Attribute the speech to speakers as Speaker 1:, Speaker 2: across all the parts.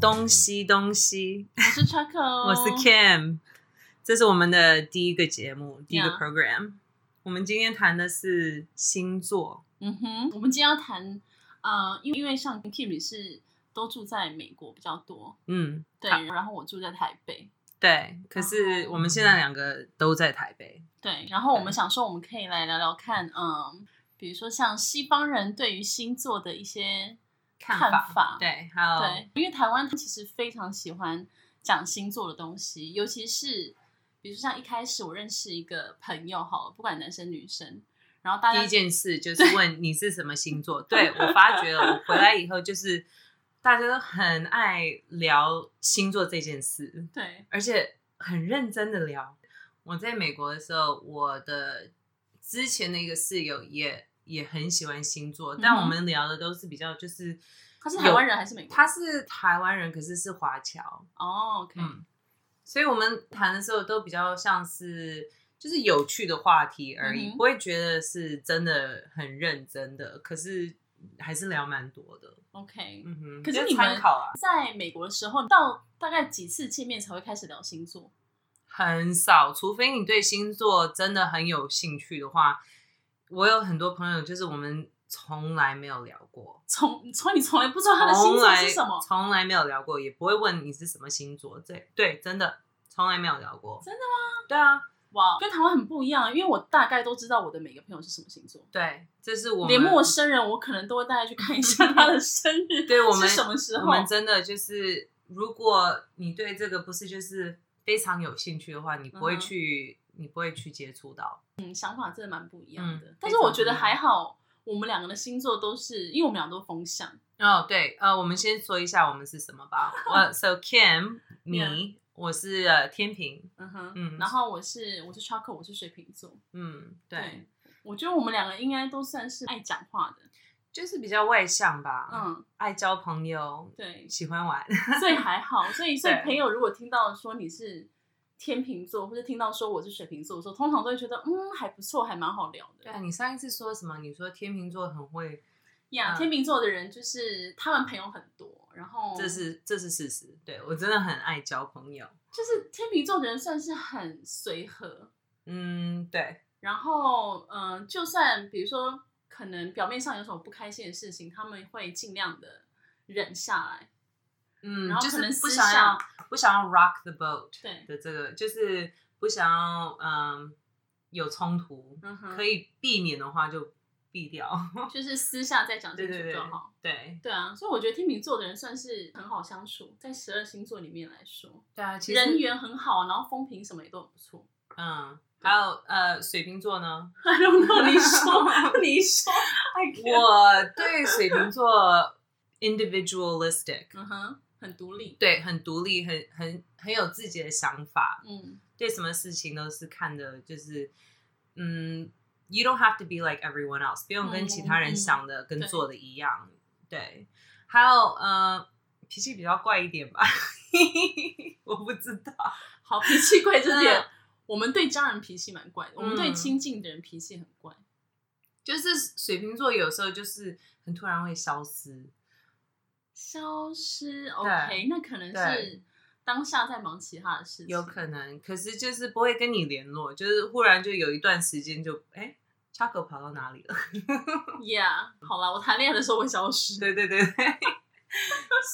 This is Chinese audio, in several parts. Speaker 1: 东西东西，
Speaker 2: 我是哦 Choco，
Speaker 1: 我是 Kim，这是我们的第一个节目，第一个
Speaker 2: Yeah
Speaker 1: program。我们今天谈的是星座，
Speaker 2: 嗯哼，我们今天要谈，呃，因为因为像 Kim 是都住在美国比较多，
Speaker 1: 嗯，
Speaker 2: 对，然后我住在台北，
Speaker 1: 对。可是我们现在两个都在台北，
Speaker 2: 对，然后我们
Speaker 1: 对
Speaker 2: 想说我们可以来聊聊看，嗯，比如说像西方人对于星座的一些
Speaker 1: 看
Speaker 2: 法，
Speaker 1: 法对，还有
Speaker 2: 对，哦因为台湾其实非常喜欢讲星座的东西，尤其是比如说像一开始我认识一个朋友，好了，不管男生女生，然后大家
Speaker 1: 第一件事就是问你是什么星 座。对我发觉了，我回来以后就是大家都很爱聊星座这件事，
Speaker 2: 对，
Speaker 1: 而且很认真的聊。我在美国的时候，我的之前的一个室友也也很喜欢星座，但
Speaker 2: 嗯哼
Speaker 1: 我们聊的都是比较就是
Speaker 2: 他是台湾人还是美国人？
Speaker 1: 他是台湾人，可是是华侨，
Speaker 2: 哦，OK，
Speaker 1: 嗯，所以我们谈的时候都比较像是就是有趣的话题而已，
Speaker 2: 嗯哼
Speaker 1: 不会觉得是真的很认真的，可是还是聊蛮多的，
Speaker 2: OK，
Speaker 1: 嗯哼，
Speaker 2: 可是
Speaker 1: 就
Speaker 2: 你们
Speaker 1: 参考啊，
Speaker 2: 在美国的时候，到大概几次见面才会开始聊星座？
Speaker 1: 很少，除非你对星座真的很有兴趣的话，我有很多朋友就是我们从来没有聊过。
Speaker 2: 从从你从来不知道啊他的星
Speaker 1: 从
Speaker 2: 座
Speaker 1: 来
Speaker 2: 是什么，
Speaker 1: 从来没有聊过，也不会问你是什么星座。对对，真的从来没有聊过。
Speaker 2: 真的
Speaker 1: 吗？对啊，
Speaker 2: 哇，跟台湾很不一样，因为我大概都知道我的每个朋友是什么星座，
Speaker 1: 对，这是我们
Speaker 2: 连陌生人我可能都会大概去看一下他的生 日
Speaker 1: 对我们
Speaker 2: 是什么时候，
Speaker 1: 我们真的就是，如果你对这个不是就是非常有兴趣的话，你不会
Speaker 2: 嗯哼
Speaker 1: 去，你不会去接触到。
Speaker 2: 嗯想法真的蛮不一样的。
Speaker 1: 嗯
Speaker 2: 但是我觉得
Speaker 1: 非常不一
Speaker 2: 还
Speaker 1: 样
Speaker 2: 好，我们两个的星座都是，因为我们俩都风象，
Speaker 1: 哦，对，呃，我们先说一下我们是什么吧。 我 so Kim，你
Speaker 2: Yeah
Speaker 1: 我是呃天平，
Speaker 2: 嗯哼，
Speaker 1: 嗯
Speaker 2: 然后我是我是 Choco，我是水瓶座，
Speaker 1: 嗯，对，
Speaker 2: 我觉得我们两个应该都算是爱讲话的，
Speaker 1: 就是比较外向吧，，
Speaker 2: 嗯，
Speaker 1: 爱交朋友，
Speaker 2: 对，
Speaker 1: 喜欢玩，
Speaker 2: 所以还好，所以所以
Speaker 1: 对
Speaker 2: 朋友如果听到说你是天秤座，或者听到说我是水瓶座的时候，通常都会觉得嗯还不错，还蛮好聊的。
Speaker 1: 对，啊你上一次说什么？你说天秤座很会，
Speaker 2: 呀
Speaker 1: 嗯
Speaker 2: 天秤座的人就是他们朋友很多，然后
Speaker 1: 这是这是事实。对我真的很爱交朋友。
Speaker 2: 就是天秤座的人算是很随和，
Speaker 1: 嗯，对，
Speaker 2: 然后嗯、呃就算比如说可能表面上有什么不开心的事情，他们会尽量的忍下来。
Speaker 1: 嗯
Speaker 2: 然，后
Speaker 1: 就
Speaker 2: 可
Speaker 1: 是
Speaker 2: 能
Speaker 1: 不
Speaker 2: 私
Speaker 1: 想要
Speaker 2: 下
Speaker 1: 不想要 rock the boat
Speaker 2: 对，
Speaker 1: 的这个，就是不想要嗯有冲突，
Speaker 2: 嗯哼，
Speaker 1: 可以避免的话就避 掉。
Speaker 2: 就是私下再讲
Speaker 1: 对
Speaker 2: 清
Speaker 1: 对
Speaker 2: 楚
Speaker 1: 对
Speaker 2: 就好。
Speaker 1: 对
Speaker 2: 对啊，所以我觉得天秤座的人算是很好相处，在十二星座里面来说，
Speaker 1: 对啊，其实
Speaker 2: 人缘很好，然后风评什么也都很不错。
Speaker 1: 嗯，还有呃水瓶座呢，
Speaker 2: I don't know，你说， 你说，
Speaker 1: 我对水瓶座 individualistic，
Speaker 2: 嗯哼，很独立，
Speaker 1: 对，很独立，很很很有自己的想法，
Speaker 2: 嗯
Speaker 1: 对什么事情都是看的，就是嗯。You don't have to be like everyone else，不用跟其他
Speaker 2: 嗯嗯
Speaker 1: 人
Speaker 2: 嗯
Speaker 1: 想的跟
Speaker 2: 对
Speaker 1: 做的一样。对，还有呃，脾气比较怪一点吧， 我不知道。
Speaker 2: 好脾气怪这点
Speaker 1: 嗯，
Speaker 2: 我们对家人脾气蛮怪的，我们对
Speaker 1: 嗯
Speaker 2: 亲近的人脾气很怪。
Speaker 1: 就是水瓶座有时候就是很突然会消失，
Speaker 2: 消失，OK，那可能是
Speaker 1: 对
Speaker 2: 当下在忙其他的事情，
Speaker 1: 有可能，可是就是不会跟你联络，就是忽然就有一段时间就哎，插狗跑到哪里了？
Speaker 2: ，Yeah，好啦，我谈恋爱的时候会消失，
Speaker 1: 对对对对，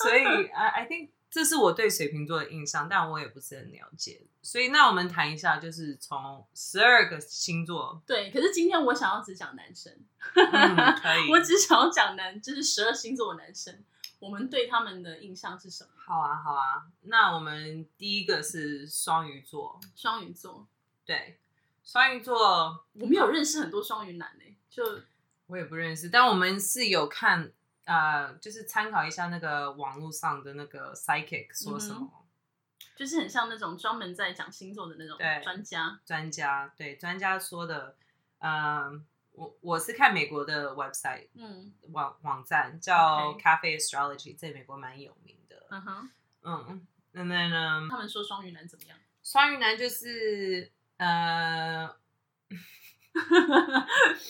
Speaker 1: 所以 I I think 这是我对水瓶座的印象，但我也不是很了解。所以那我们谈一下，就是从十二个星座，
Speaker 2: 对，可是今天我想要只讲男生。
Speaker 1: 嗯，可以，
Speaker 2: 我只想要讲男，就是十二星座的男生，我们对他们的印象是什么？
Speaker 1: 好啊好啊。那我们第一个是双鱼座，
Speaker 2: 双鱼座，
Speaker 1: 对，双鱼座
Speaker 2: 我们有认识很多双鱼男呢、欸就
Speaker 1: 我也不认识，但我们是有看，呃，就是参考一下那个网络上的那个 psychic 说什么、
Speaker 2: 就是很像那种专门在讲星座的那种
Speaker 1: 对
Speaker 2: 专家。
Speaker 1: 专家，对专家说的，呃，我我是看美国的 website
Speaker 2: 嗯
Speaker 1: 网网站叫
Speaker 2: OK
Speaker 1: Cafe Astrology，在美国蛮有名的，
Speaker 2: 嗯哼，
Speaker 1: 嗯，那那呢，
Speaker 2: 他们说双鱼男怎么样？
Speaker 1: 双鱼男就是呃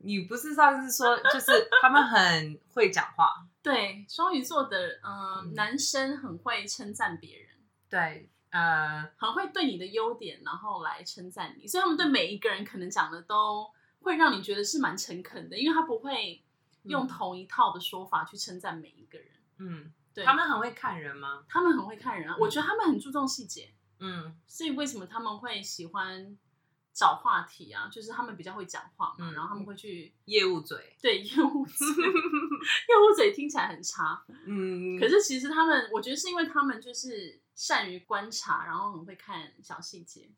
Speaker 1: 你不是上次说，就是他们很会讲话，
Speaker 2: 对，双鱼座的呃
Speaker 1: 嗯
Speaker 2: 男生很会称赞别人，
Speaker 1: 对，呃，
Speaker 2: 很会对你的优点然后来称赞你，所以他们对每一个人可能讲的都会让你觉得是蛮诚恳的，因为他不会用
Speaker 1: 嗯
Speaker 2: 同一套的说法去称赞每一个人。
Speaker 1: 嗯，
Speaker 2: 对，
Speaker 1: 他们很会看人吗？
Speaker 2: 他们很会看人啊，我觉得他们很注重细节，
Speaker 1: 嗯
Speaker 2: 所以为什么他们会喜欢找话题啊？就是他们比较会讲话嘛，
Speaker 1: 嗯
Speaker 2: 然后他们会去，
Speaker 1: 业务 嘴，
Speaker 2: 对业务嘴，业务嘴听起来很差，
Speaker 1: 嗯，
Speaker 2: 可是其实他们，我觉得是因为他们就是善于观察，然后很会看小细节。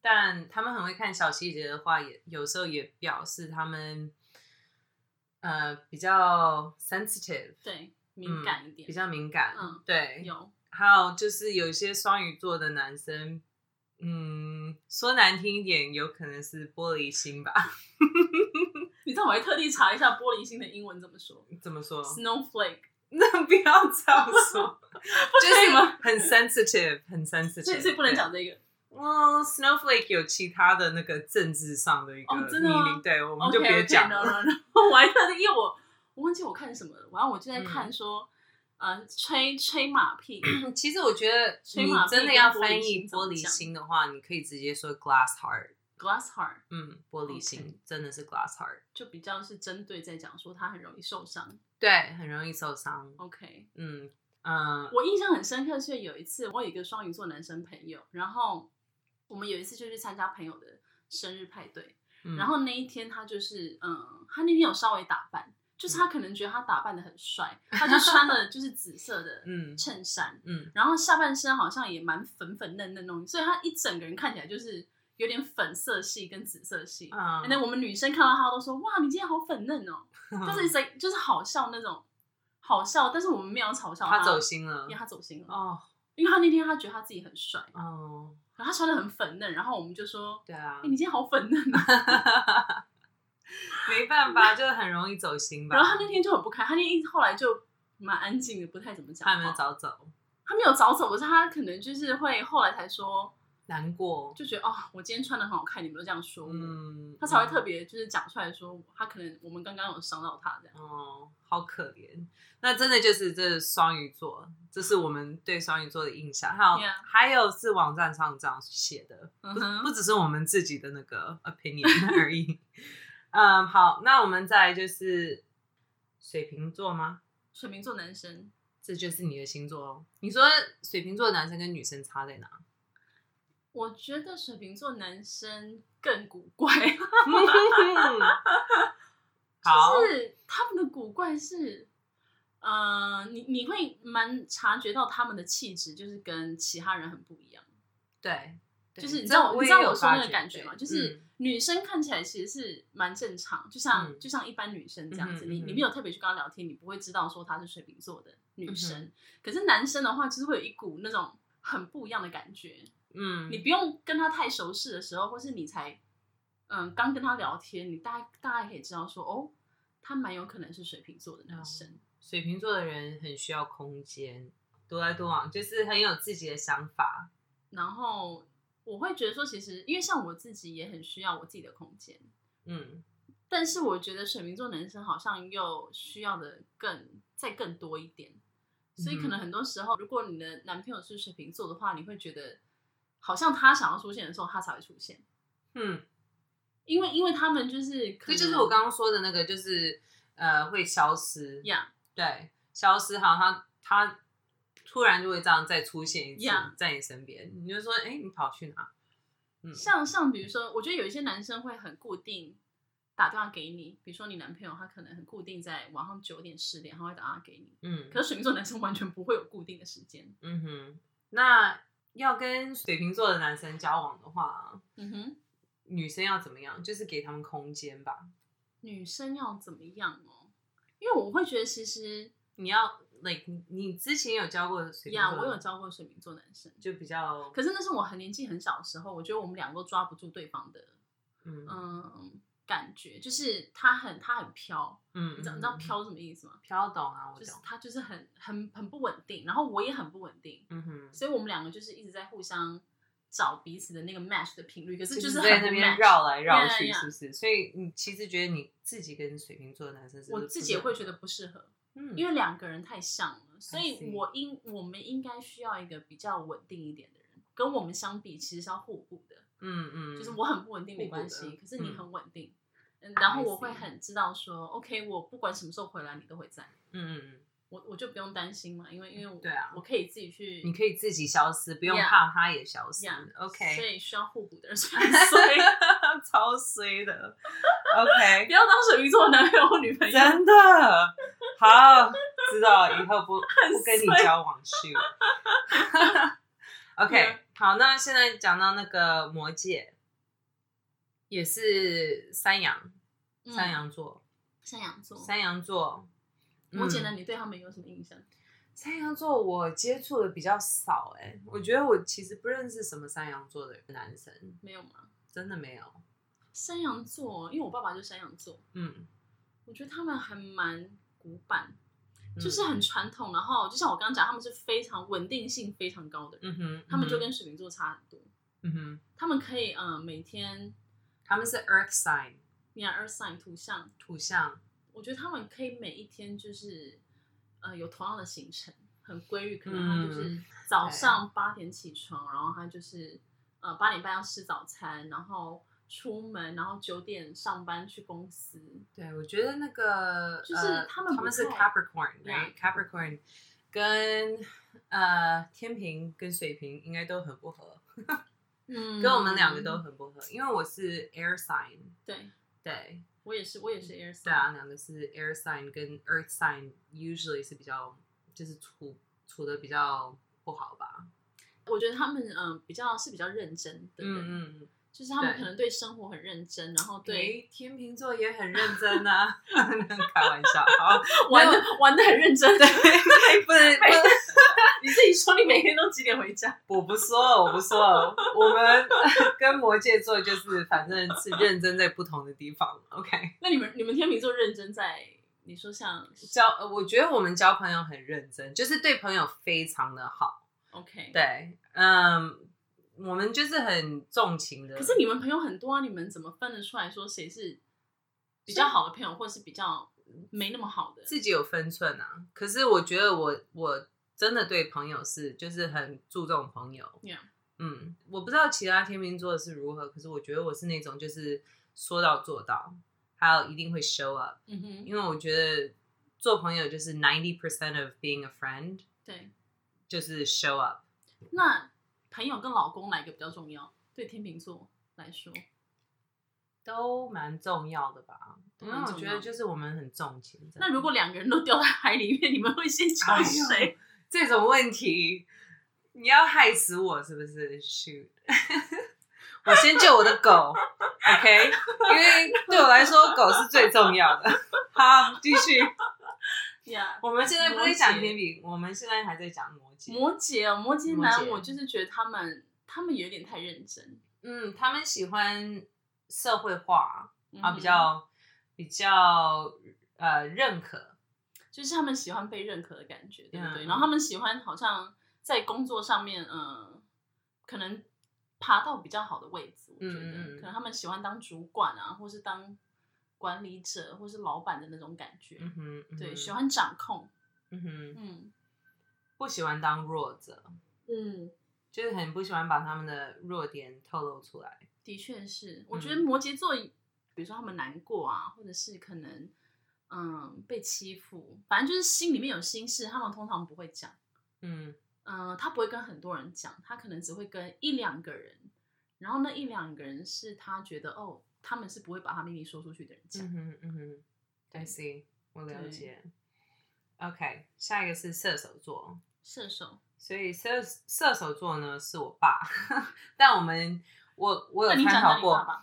Speaker 1: 但他们很会看小细节的话，也有时候也表示他们呃比较 sensitive，
Speaker 2: 对，敏感一点，
Speaker 1: 嗯比较敏感，
Speaker 2: 嗯
Speaker 1: 对，
Speaker 2: 有
Speaker 1: 还有就是有一些双鱼座的男生，嗯，说难听一点，有可能是玻璃心吧？
Speaker 2: 你知道我还特地查一下玻璃心的英文怎么说
Speaker 1: 怎么说？
Speaker 2: ，snowflake，
Speaker 1: 那不要这样 说，就是
Speaker 2: 吗
Speaker 1: 很 sensitive，很
Speaker 2: 所
Speaker 1: sensitive，
Speaker 2: 以所以不能讲这个。
Speaker 1: 对。嗯，Snowflake 有其他的那个政治上的一个
Speaker 2: 哦真的吗
Speaker 1: meaning，对，我
Speaker 2: OK，
Speaker 1: 们就别讲了。
Speaker 2: 了。然后我还特地，因为我我忘记我看什么了，然后我就
Speaker 1: 嗯
Speaker 2: 在看说，呃，吹吹马屁，
Speaker 1: 嗯其实我觉得
Speaker 2: 吹
Speaker 1: 你
Speaker 2: 马屁
Speaker 1: 真的
Speaker 2: 跟
Speaker 1: 要
Speaker 2: 玻璃
Speaker 1: 翻
Speaker 2: 心
Speaker 1: 译
Speaker 2: 怎么
Speaker 1: 玻璃
Speaker 2: 讲
Speaker 1: 心的话，你可以直接说 glass heart。
Speaker 2: glass heart
Speaker 1: 嗯，玻璃
Speaker 2: OK
Speaker 1: 心真的是 glass heart，
Speaker 2: 就比较是针对在讲说他很容易受伤。
Speaker 1: 对，很容易受伤。
Speaker 2: OK，
Speaker 1: 嗯嗯
Speaker 2: 我印象很深刻，是有一次我有一个双鱼座男生朋友，然后我们有一次就去参加朋友的生日派对，
Speaker 1: 嗯，
Speaker 2: 然后那一天他就是，嗯，他那天有稍微打扮，就是
Speaker 1: 嗯
Speaker 2: 他可能觉得他打扮的很帅，他就穿了就是 紫色的
Speaker 1: 嗯
Speaker 2: 衬衫，
Speaker 1: 嗯
Speaker 2: 然后下半身好像也蛮粉粉嫩嫩的东西，所以他一整个人看起来就是有点粉色系跟紫色系。
Speaker 1: 嗯，
Speaker 2: 那、我们女生看到他都说：“哇，你今天好粉嫩哦！” 但是谁就是好笑那种，好笑，但是我们没有嘲笑
Speaker 1: 他走心了
Speaker 2: 因为。他走心了，
Speaker 1: 哦
Speaker 2: 因为他那天他觉得他自己很帅，
Speaker 1: 哦，
Speaker 2: 然后他穿的很粉嫩，然后我们就说：“
Speaker 1: 对啊
Speaker 2: 哎、，你今天好粉嫩 啊！”
Speaker 1: 没办法，就是很容易走心吧。
Speaker 2: 然后他那天就很不开，他那天后来就蛮安静的，不太怎么讲
Speaker 1: 他
Speaker 2: 话。
Speaker 1: 有没有早走？
Speaker 2: 他没有早走，可是他可能就是会后来才说，
Speaker 1: 难过，
Speaker 2: 就觉得哦，我今天穿的很好看，你们都这样说我。
Speaker 1: 嗯，
Speaker 2: 他才会
Speaker 1: 嗯
Speaker 2: 特别就是讲出来说，他可能我们刚刚有伤到他这样。
Speaker 1: 哦，好可怜。那真的就是这双鱼座，这是我们对双鱼座的印象。还有
Speaker 2: Yeah
Speaker 1: 还有是网站上这样写的，
Speaker 2: 嗯
Speaker 1: 不是、
Speaker 2: 哼
Speaker 1: 不只是我们自己的那个 opinion 而已。 嗯，好，那我们再来就是水瓶座吗？
Speaker 2: 水瓶座男生
Speaker 1: 这就是你的星座哦。你说水瓶座的男生跟女生差在哪？
Speaker 2: 我觉得水瓶座男生更古怪，
Speaker 1: 好，
Speaker 2: 就是他们的古怪是，呃，你你会蛮察觉到他们的气质就是跟其他人很不一样，
Speaker 1: 对，对
Speaker 2: 就是你知
Speaker 1: 这
Speaker 2: 道
Speaker 1: 我
Speaker 2: 你
Speaker 1: 也
Speaker 2: 知道
Speaker 1: 有
Speaker 2: 我说那
Speaker 1: 发
Speaker 2: 个
Speaker 1: 觉
Speaker 2: 感觉吗？
Speaker 1: 对
Speaker 2: 就是
Speaker 1: 嗯
Speaker 2: 女生看起来其实是蛮正常，就像、
Speaker 1: 嗯
Speaker 2: 就像一般女生这样子，
Speaker 1: 嗯哼
Speaker 2: 你
Speaker 1: 嗯哼
Speaker 2: 你没有特别去跟她聊天，你不会知道说她是水瓶座的女生，
Speaker 1: 嗯
Speaker 2: 可是男生的话就是会有一股那种很不一样的感觉，
Speaker 1: 嗯，
Speaker 2: 你不用跟他太熟识的时候，或是你才嗯刚跟他聊天，你大概大概可以知道说哦，他蛮有可能是水瓶座的男生。
Speaker 1: 嗯水瓶座的人很需要空间，独来独往，就是很有自己的想法。
Speaker 2: 然后我会觉得说，其实因为像我自己也很需要我自己的空间，
Speaker 1: 嗯
Speaker 2: 但是我觉得水瓶座男生好像又需要的更再更多一点，
Speaker 1: 嗯
Speaker 2: 所以可能很多时候，如果你的男朋友是水瓶座的话，你会觉得好像他想要出现的时候，他才会出现。
Speaker 1: 嗯，
Speaker 2: 因为，因为他们就是可
Speaker 1: 这
Speaker 2: 能，
Speaker 1: 就是我刚刚说的那个，就是呃会消失
Speaker 2: 呀
Speaker 1: 对，消失好像他他突然就会这样再出现一次
Speaker 2: Yeah
Speaker 1: 在你身边，你就说哎、诶你跑去哪？嗯
Speaker 2: 像像比如说，我觉得有一些男生会很固定打电话给你，比如说你男朋友他可能很固定在晚上九点十点他会打电话给你，
Speaker 1: 嗯
Speaker 2: 可是水瓶座男生完全不会有固定的时间。
Speaker 1: 嗯哼，那要跟水瓶座的男生交往的话，
Speaker 2: 嗯哼，
Speaker 1: 女生要怎么样？就是给他们空间吧。
Speaker 2: 女生要怎么样哦？因为我会觉得其实
Speaker 1: 你要 like 你你之前有教过水瓶
Speaker 2: 呀
Speaker 1: 座的
Speaker 2: 我有教过水瓶座男生，
Speaker 1: 就比较
Speaker 2: 可是那是我很年纪很小的时候，我觉得我们两个都抓不住对方的
Speaker 1: 嗯
Speaker 2: 嗯感觉，就是他很他很飘，
Speaker 1: 嗯，
Speaker 2: 你知
Speaker 1: 嗯
Speaker 2: 道你知道
Speaker 1: 嗯
Speaker 2: 飘什么意思吗？
Speaker 1: 飘懂啊，我
Speaker 2: 就是
Speaker 1: 懂。
Speaker 2: 他就是很很很不稳定，然后我也很不稳定，
Speaker 1: 嗯哼，
Speaker 2: 所以我们两个就是一直在互相找彼此的那个 match 的频率，可是
Speaker 1: 就是在
Speaker 2: 很
Speaker 1: 那
Speaker 2: 不
Speaker 1: 边
Speaker 2: match。
Speaker 1: 绕来绕
Speaker 2: Yeah,
Speaker 1: 去，
Speaker 2: yeah.
Speaker 1: 是不是？所以你其实觉得你自己跟水瓶座的男生是，
Speaker 2: 我自己也会觉得，不适合，
Speaker 1: 嗯，
Speaker 2: 因为两个人太像了，所
Speaker 1: I
Speaker 2: 以
Speaker 1: see
Speaker 2: 我应我们应该需要一个比较稳定一点的人，跟我们相比其实是要互补的，
Speaker 1: 嗯嗯，
Speaker 2: 就是我很不稳定没
Speaker 1: 互补的
Speaker 2: 关系，可是你
Speaker 1: 嗯
Speaker 2: 很稳定，嗯，然后
Speaker 1: I
Speaker 2: 我会
Speaker 1: see
Speaker 2: 很知道说，OK，我不管什么时候回来你都会在，
Speaker 1: 嗯嗯，嗯
Speaker 2: 我我就不用担心嘛，因为因为我
Speaker 1: 对啊
Speaker 2: 我可以自己去，
Speaker 1: 你可以自己消失，不用
Speaker 2: Yeah.
Speaker 1: 怕他也消失。
Speaker 2: Yeah. 所
Speaker 1: OK，
Speaker 2: 以 需要互补的人，所以 所以
Speaker 1: 超衰的。OK，
Speaker 2: 不要当水瓶座的男朋友或 女朋友，
Speaker 1: 真的好，知道以后不
Speaker 2: 很
Speaker 1: 不跟你
Speaker 2: 衰
Speaker 1: 交往 去了。OK，好，
Speaker 2: 嗯
Speaker 1: 那现在讲到那个魔戒，也是山羊，
Speaker 2: 嗯
Speaker 1: 山羊座，
Speaker 2: 山羊座，
Speaker 1: 山羊座。
Speaker 2: 摩
Speaker 1: 嗯
Speaker 2: 羯呢？你对他们有什么印象？
Speaker 1: 山羊座我接触的比较少哎、我觉得我其实不认识什么山羊座的男生，
Speaker 2: 没有吗？
Speaker 1: 真的没有。
Speaker 2: 山羊座，因为我爸爸就是山羊座，
Speaker 1: 嗯，
Speaker 2: 我觉得他们还蛮古板，
Speaker 1: 嗯
Speaker 2: 就是很传统。然后就像我刚刚讲，他们是非常稳定性非常高的
Speaker 1: 嗯
Speaker 2: 人，
Speaker 1: 哼，
Speaker 2: 他们就
Speaker 1: 嗯哼
Speaker 2: 跟水瓶座差很多。
Speaker 1: 嗯哼，
Speaker 2: 他们可以呃每天
Speaker 1: 他们是 Earth sign
Speaker 2: 你看 Earth sign 图像，
Speaker 1: 土象，
Speaker 2: 我觉得他们可以每一天就是呃有同样的行程，很规律。可能他
Speaker 1: 嗯
Speaker 2: 就是早上八点起床，然后他就是呃八点半要吃早餐，然后出门，然后九点上班去公司。
Speaker 1: 对，我觉得那个
Speaker 2: 就是
Speaker 1: 呃
Speaker 2: 他们
Speaker 1: 他
Speaker 2: 不
Speaker 1: 们是
Speaker 2: 太 Yeah
Speaker 1: Capricorn，right？Capricorn 跟呃天平跟水瓶应该都很不合，
Speaker 2: 嗯
Speaker 1: 跟我们两个都很不合，因为我是 Air sign，
Speaker 2: 对，
Speaker 1: 对
Speaker 2: 我也是，我也是 Air sign。
Speaker 1: 对啊，两个是 Air sign 跟 Earth sign，usually 是比较就是处处的比较不好吧？
Speaker 2: 我觉得他们嗯、呃比较是比较认真的人，
Speaker 1: 嗯嗯嗯，
Speaker 2: 就是他们
Speaker 1: 对
Speaker 2: 可能对生活很认真，然后对
Speaker 1: 对，天秤座也很认真啊， 开玩笑， 好，
Speaker 2: 玩的玩的很认真。对，
Speaker 1: 不能不能。
Speaker 2: 你自己说你每天都几点回家？
Speaker 1: 我不说了，我不说了。我们 跟摩羯座就是，反正是认真在不同的地方。OK，
Speaker 2: 那你们你们天秤座认真在你说像
Speaker 1: 交呃我觉得我们交朋友很认真，就是对朋友非常的好。
Speaker 2: OK，
Speaker 1: 对，嗯，我们就是很重情的。
Speaker 2: 可是你们朋友很多啊，你们怎么分得出来说谁是比较好的朋友，或是比较没那么好的？
Speaker 1: 啊自己有分寸啊。可是我觉得我我真的对朋友是就是很注重朋友。
Speaker 2: Yeah
Speaker 1: 嗯，我不知道其他天秤座是如何，可是我觉得我是那种就是说到做到，还有一定会 show up。
Speaker 2: 嗯哼，
Speaker 1: 因为我觉得做朋友就是 ninety percent of being a friend，
Speaker 2: 对。
Speaker 1: 就是 show up。
Speaker 2: 那朋友跟老公哪一个比较重要？对天秤座来说，
Speaker 1: 都蛮重要的吧，因为
Speaker 2: 蛮
Speaker 1: 我
Speaker 2: 重
Speaker 1: 觉
Speaker 2: 要
Speaker 1: 得就是我们很重情。真的
Speaker 2: 那如果两个人都掉在海里面，你们会先
Speaker 1: 哎
Speaker 2: 救谁？
Speaker 1: 这种问题，你要害死我是不是？Shoot，我先救我的 狗，OK？因为对我来说，狗是最重要 的。好，继续。
Speaker 2: 呀
Speaker 1: 我们现在不在讲
Speaker 2: 摩羯
Speaker 1: 天平，我们现在还在讲摩羯。
Speaker 2: 摩羯哦，摩羯
Speaker 1: 摩
Speaker 2: 男，
Speaker 1: 羯
Speaker 2: 我就是觉得他们他们有点太认真，
Speaker 1: 嗯，他们喜欢社会化，
Speaker 2: 嗯
Speaker 1: 啊，
Speaker 2: 哼
Speaker 1: 比较比较呃认可，
Speaker 2: 就是他们喜欢被认可的感觉，对不对？
Speaker 1: 嗯
Speaker 2: 然后他们喜欢好像在工作上面，嗯、可能爬到比较好的位置，我觉
Speaker 1: 嗯
Speaker 2: 得、
Speaker 1: 嗯嗯
Speaker 2: 可能他们喜欢当主管啊，或是当管理者，或是老板的那种感觉，
Speaker 1: 嗯哼，嗯
Speaker 2: 对，
Speaker 1: 哼
Speaker 2: 喜，欢掌控，
Speaker 1: 嗯哼，
Speaker 2: 嗯
Speaker 1: 不喜欢当弱者，
Speaker 2: 嗯，
Speaker 1: 就是很不喜欢把他们的弱点透露出来。
Speaker 2: 的确是，我觉
Speaker 1: 嗯
Speaker 2: 得摩羯座，比如说他们难过啊，或者是可能嗯被欺负，反正就是心里面有心事，他们通常不会讲。
Speaker 1: 嗯
Speaker 2: 嗯，他不会跟很多人讲，他可能只会跟一两个人，然后那一两个人是他觉得哦，他们是不会把他秘密说出去的人讲。
Speaker 1: 嗯哼嗯哼
Speaker 2: 对
Speaker 1: ，I see，我了
Speaker 2: 对
Speaker 1: 解。OK，下一个是射手座，
Speaker 2: 射手，
Speaker 1: 所以射射手座呢是我爸， 但我们我我
Speaker 2: 那
Speaker 1: 有
Speaker 2: 你讲
Speaker 1: 参
Speaker 2: 到
Speaker 1: 考
Speaker 2: 你爸
Speaker 1: 过，
Speaker 2: 爸，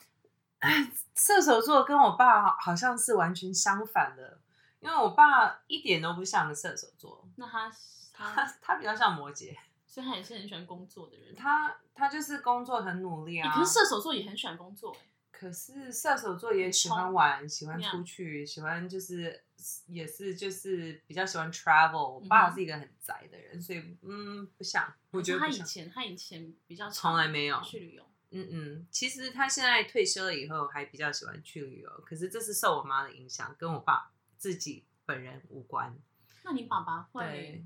Speaker 1: 射手座跟我爸好好像是完全相反的，因为我爸一点都不像射手座，
Speaker 2: 那他
Speaker 1: 他
Speaker 2: 他，
Speaker 1: 他比较像摩羯，
Speaker 2: 所以他也是很喜欢工作的人。
Speaker 1: 他他就是工作很努力
Speaker 2: 欸
Speaker 1: 啊。
Speaker 2: 可是射手座也很喜欢工作、欸，
Speaker 1: 可是射手座也喜欢玩，喜欢
Speaker 2: Yeah
Speaker 1: 出去，喜欢就是也是就是比较喜欢 travel。
Speaker 2: 嗯
Speaker 1: 我
Speaker 2: 哼
Speaker 1: 爸是一个很宅的人，所以嗯不想，我觉得
Speaker 2: 他
Speaker 1: 不
Speaker 2: 以
Speaker 1: 想。
Speaker 2: 前他以前比较
Speaker 1: 从来没有
Speaker 2: 常去旅游，
Speaker 1: 嗯嗯，其实他现在退休了以后，还比较喜欢去旅游。可是这是受我妈的影响，跟我爸自己本人无关。
Speaker 2: 那你爸爸
Speaker 1: 对
Speaker 2: 会，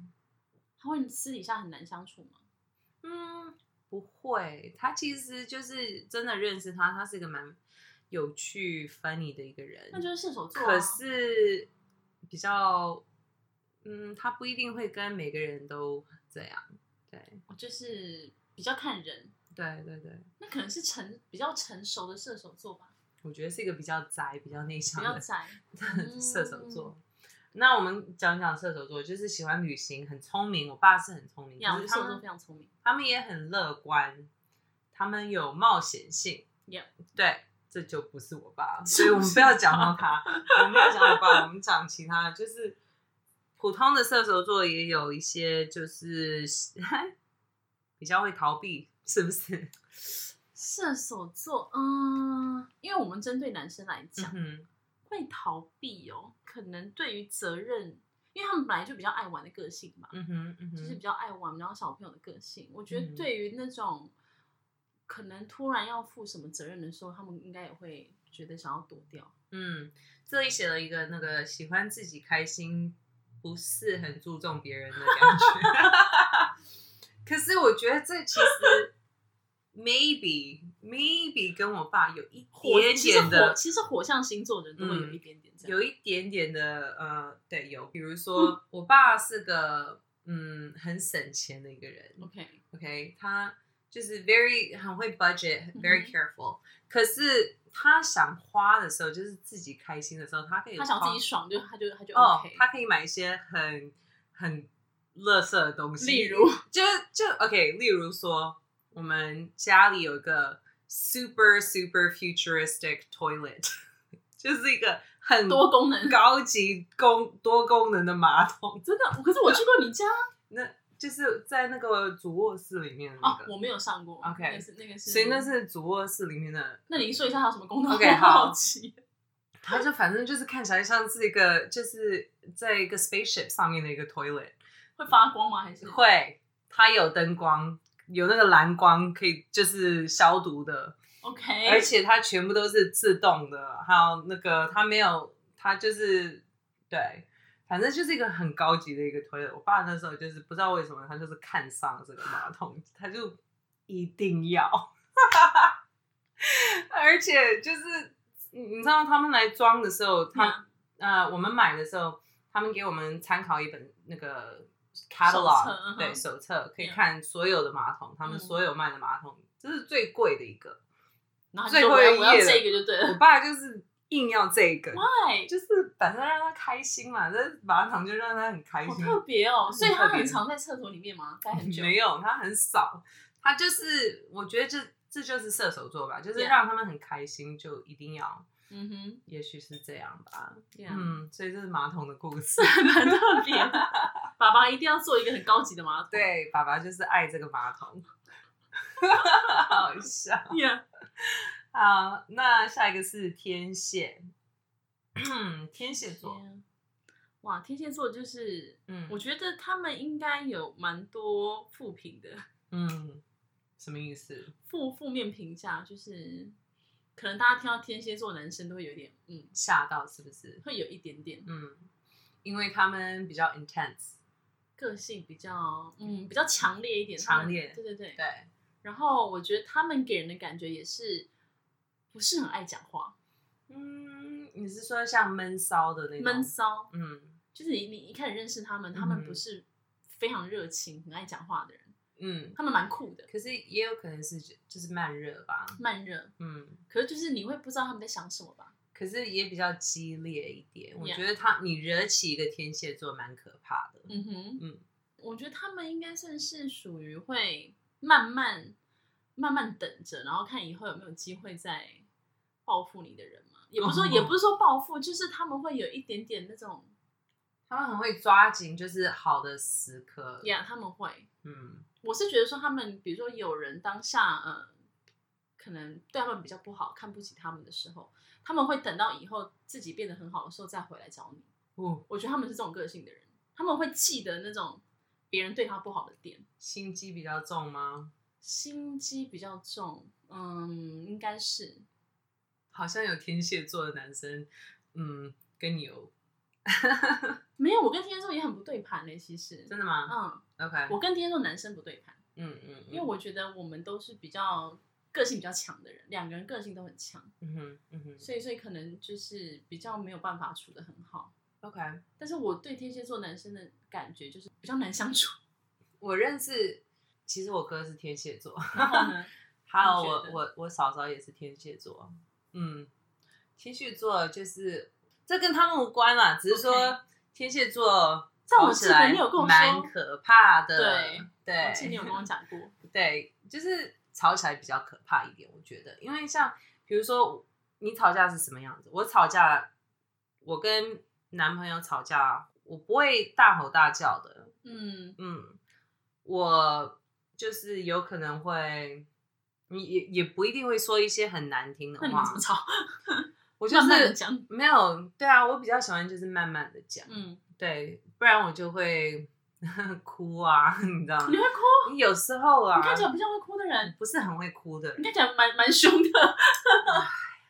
Speaker 2: 他会私底下很难相处吗？
Speaker 1: 嗯，不会。他其实就是真的认识他，他是一个蛮有趣、funny 的一个人。
Speaker 2: 那就是射手座
Speaker 1: 嗯
Speaker 2: 啊、
Speaker 1: 可是比较，嗯，他不一定会跟每个人都这样。对，
Speaker 2: 我就是比较看人，
Speaker 1: 对，对，对，
Speaker 2: 那可能是成比较成熟的射手座吧，
Speaker 1: 我觉得是一个比较宅、比较内
Speaker 2: 比
Speaker 1: 向
Speaker 2: 较
Speaker 1: 的，
Speaker 2: 宅 嗯
Speaker 1: 射手座。那我们讲讲射手座，就是喜欢旅行，很聪明。我爸是很聪明，
Speaker 2: 嗯。养
Speaker 1: 可
Speaker 2: 鱼
Speaker 1: 是
Speaker 2: 射
Speaker 1: 他
Speaker 2: 手座
Speaker 1: 们
Speaker 2: 非常聪明，
Speaker 1: 他们也很乐观，他们有冒险性。
Speaker 2: Yep
Speaker 1: 对，这就不是我爸，所以我们不要讲到他，我们不要讲我爸，我们讲其他的，就是普通的射手座也有一些就是 比较会逃避，是不是？
Speaker 2: 射手座，嗯，因为我们针对男生来讲，
Speaker 1: 嗯
Speaker 2: 会逃避哦，可能对于责任，因为他们本来就比较爱玩的个性嘛，
Speaker 1: 哼，嗯哼，嗯
Speaker 2: 就是比
Speaker 1: 哼，
Speaker 2: 较爱玩，然后小朋友的个性，我觉
Speaker 1: 嗯
Speaker 2: 得对于那种可能突然要负什么责任的时候，他们应该也会觉得想要躲掉。
Speaker 1: 嗯，这里写了一个那个喜欢自己开心，不是很注重别人的感觉。 可是我觉得这其实 maybe maybe 跟我爸有一点
Speaker 2: 其实
Speaker 1: 点
Speaker 2: 火
Speaker 1: 的
Speaker 2: 其实火象星座的人都会有
Speaker 1: 嗯
Speaker 2: 一点点这样，
Speaker 1: 有一点点的呃，对，有，比如 说我爸是个嗯很省钱的一个人
Speaker 2: OK，
Speaker 1: ，OK，他就是 very 很会 budget，很
Speaker 2: 嗯哼
Speaker 1: very careful，、可是他想花的时候，就是自己开心的时候，他可以
Speaker 2: 他想自
Speaker 1: 花
Speaker 2: 己爽就他就他就
Speaker 1: 哦
Speaker 2: OK，、
Speaker 1: 他可以买一些很很垃圾的东西，
Speaker 2: 例如
Speaker 1: 就就 OK，例如说我们家里有一个 super super futuristic toilet，就是 一个很
Speaker 2: 多功能，
Speaker 1: 高级功多功能的马桶，
Speaker 2: 真的，可是我去过你 家
Speaker 1: 那就是在那个主卧室里面的那
Speaker 2: 啊，
Speaker 1: 个，
Speaker 2: 我没有上过
Speaker 1: OK
Speaker 2: 那个是那个是，
Speaker 1: 所以那是主卧室里面的，
Speaker 2: 那你说一下它有什么功能
Speaker 1: OK，
Speaker 2: 我
Speaker 1: 好
Speaker 2: 好奇。
Speaker 1: 它就反正就是看起来像是一个就是在一个 spaceship 上面的一个 toilet，
Speaker 2: 会发光吗？还是
Speaker 1: 会，它有灯光，有那个蓝光可以就是消毒的，
Speaker 2: OK？
Speaker 1: 而且它全部都是自动的，还有那个它没有，它就是对。反正就是一个很高级的一个推了。我爸那时候就是不知道为什么，他就是看上了这个马桶，他就一定要。 而且就是你你知道他们来装的时候，他、
Speaker 2: 嗯
Speaker 1: 呃我们买的时候，他们给我们参考一本那个 catalog，
Speaker 2: 手册嗯哼
Speaker 1: 对手册可以
Speaker 2: Yeah
Speaker 1: 看所有的马桶，他们
Speaker 2: 嗯
Speaker 1: 所有卖的马桶，这是最贵的一个。
Speaker 2: 然后
Speaker 1: 最
Speaker 2: 就
Speaker 1: 后
Speaker 2: 我要
Speaker 1: 一
Speaker 2: 我要
Speaker 1: 页了
Speaker 2: 这个就 对
Speaker 1: 我
Speaker 2: 了。
Speaker 1: 爸就是硬要这个，
Speaker 2: Why？
Speaker 1: 就是反正让他开心嘛，这马桶就让他很开
Speaker 2: 好
Speaker 1: 心。
Speaker 2: 特别哦，所以
Speaker 1: 很特
Speaker 2: 他
Speaker 1: 别
Speaker 2: 很常在厕所里面吗？待很 久？
Speaker 1: 没有，他很少，他就是我觉得这这就是射手座吧，就是
Speaker 2: Yeah
Speaker 1: 让他们很开心就一定要，
Speaker 2: 嗯哼，
Speaker 1: 也许是这样吧。
Speaker 2: 这样
Speaker 1: 嗯，所以这是马桶的故事。
Speaker 2: 蛮特别的。爸爸一定要做一个很高级的马桶。
Speaker 1: 对，啊爸爸就是爱这个马桶，好笑。
Speaker 2: Yeah，
Speaker 1: 好，那下一个是天蝎，嗯天蝎座，
Speaker 2: 天哇，天蝎座就是，
Speaker 1: 嗯，
Speaker 2: 我觉得他们应该有蛮多负评的，
Speaker 1: 嗯，什么意思？
Speaker 2: 负负面评价，就是可能大家听到天蝎座男生都会有点，嗯，
Speaker 1: 吓到是不是？
Speaker 2: 会有一点点
Speaker 1: 嗯，因为他们比较 intense，
Speaker 2: 个性比较，嗯，比较强烈一点，
Speaker 1: 强
Speaker 2: 他们
Speaker 1: 烈
Speaker 2: 对对对。
Speaker 1: 对，
Speaker 2: 然后我觉得他们给人的感觉也是不是很爱讲话，
Speaker 1: 嗯，你是说像闷骚的那种？
Speaker 2: 闷，骚，
Speaker 1: 嗯
Speaker 2: 就是你你一开始认识他们，他
Speaker 1: 嗯
Speaker 2: 们
Speaker 1: 哼
Speaker 2: 不是非常热情、很爱讲话的人，
Speaker 1: 嗯，
Speaker 2: 他们蛮酷的，
Speaker 1: 可是也有可能是就是慢热吧，
Speaker 2: 慢热，
Speaker 1: 嗯，
Speaker 2: 可是就是你会不知道他们在想什么吧？
Speaker 1: 可是也比较激烈一点。我
Speaker 2: Yeah
Speaker 1: 觉得他你惹起一个天蝎座蛮可怕的，
Speaker 2: 嗯哼，
Speaker 1: 嗯，
Speaker 2: 我觉得他们应该算是属于会慢慢慢慢等着，然后看以后有没有机会再报复你的人嘛。也不是说、
Speaker 1: 哦
Speaker 2: 也不是说报复，就是他们会有一点点那种，
Speaker 1: 他们很会抓紧就是好的时刻，
Speaker 2: 呀、他们会，
Speaker 1: 嗯
Speaker 2: 我是觉得说他们，比如说有人当下呃，可能对他们比较不好，看不起他们的时候，他们会等到以后自己变得很好的时候再回来找你。
Speaker 1: 哦，
Speaker 2: 我觉得他们是这种个性的人，他们会记得那种别人对他不好的点，
Speaker 1: 心机比较重吗？
Speaker 2: 心机比较重。嗯，应该是
Speaker 1: 好像有天蝎座的男生，嗯，跟你有
Speaker 2: 没有。我跟天蝎座也很不对盘嘞、其实。
Speaker 1: 真的吗
Speaker 2: 嗯，
Speaker 1: ？OK，
Speaker 2: 我跟天蝎座男生不对盘，
Speaker 1: 嗯嗯，
Speaker 2: 因为我觉得我们都是比较个性比较强的人，两个人个性都很强，
Speaker 1: 嗯哼嗯哼
Speaker 2: 所以所以可能就是比较没有办法处的很好。
Speaker 1: ，OK，
Speaker 2: 但是我对天蝎座男生的感觉就是比较难相处。
Speaker 1: 我认识，其实我哥是天蝎 座，
Speaker 2: 然后呢？
Speaker 1: 还有
Speaker 2: 你
Speaker 1: 我
Speaker 2: 觉得
Speaker 1: 我我嫂嫂也是天蝎座，嗯，天蝎座就是这跟他们无关啦，只是说
Speaker 2: OK
Speaker 1: 天蝎座
Speaker 2: 但我
Speaker 1: 吵起
Speaker 2: 记得
Speaker 1: 来
Speaker 2: 你有跟我说
Speaker 1: 蛮可怕的
Speaker 2: 对，
Speaker 1: 对
Speaker 2: 之前你有跟我讲过，
Speaker 1: 对，就是吵起来比较可怕一点，我觉得，因为像比如说你吵架是什么样子，我吵架，我跟男朋友吵架，我不会大吼大叫的，
Speaker 2: 嗯，
Speaker 1: 嗯，我就是有可能会，你也也不一定会说一些很难听的
Speaker 2: 那你们怎
Speaker 1: 话
Speaker 2: 么，吵？
Speaker 1: 我就是
Speaker 2: 慢慢地讲，
Speaker 1: 没有，对啊，我比较喜欢就是慢慢的讲，
Speaker 2: 嗯，
Speaker 1: 对，不然我就会 哭啊， 你知道
Speaker 2: 你
Speaker 1: 吗？
Speaker 2: 会哭？
Speaker 1: 你有时候啊
Speaker 2: 你，看起来不像会哭的人，
Speaker 1: 不是很会哭的人
Speaker 2: 你看起来蛮蛮凶的，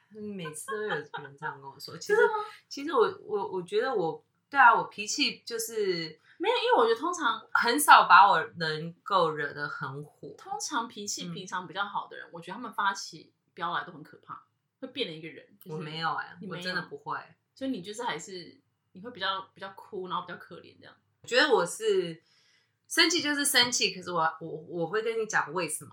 Speaker 1: 每次都有人这样跟我 说。其实，其实我我我觉得我对啊，我脾气就是
Speaker 2: 没有，因为我觉得通常
Speaker 1: 很少把我能够惹得很火。
Speaker 2: 通常脾气
Speaker 1: 嗯
Speaker 2: 平常比较好的人，我觉得他们发起飙来都很可怕，会变了一个人。就是、
Speaker 1: 我没，有哎、
Speaker 2: 你没
Speaker 1: 我
Speaker 2: 有
Speaker 1: 真的不会。
Speaker 2: 所以你就是还是你会比较比较哭，然后比较可怜这样。
Speaker 1: 我觉得我是生气就是生气，可是我我我会跟你讲为什么，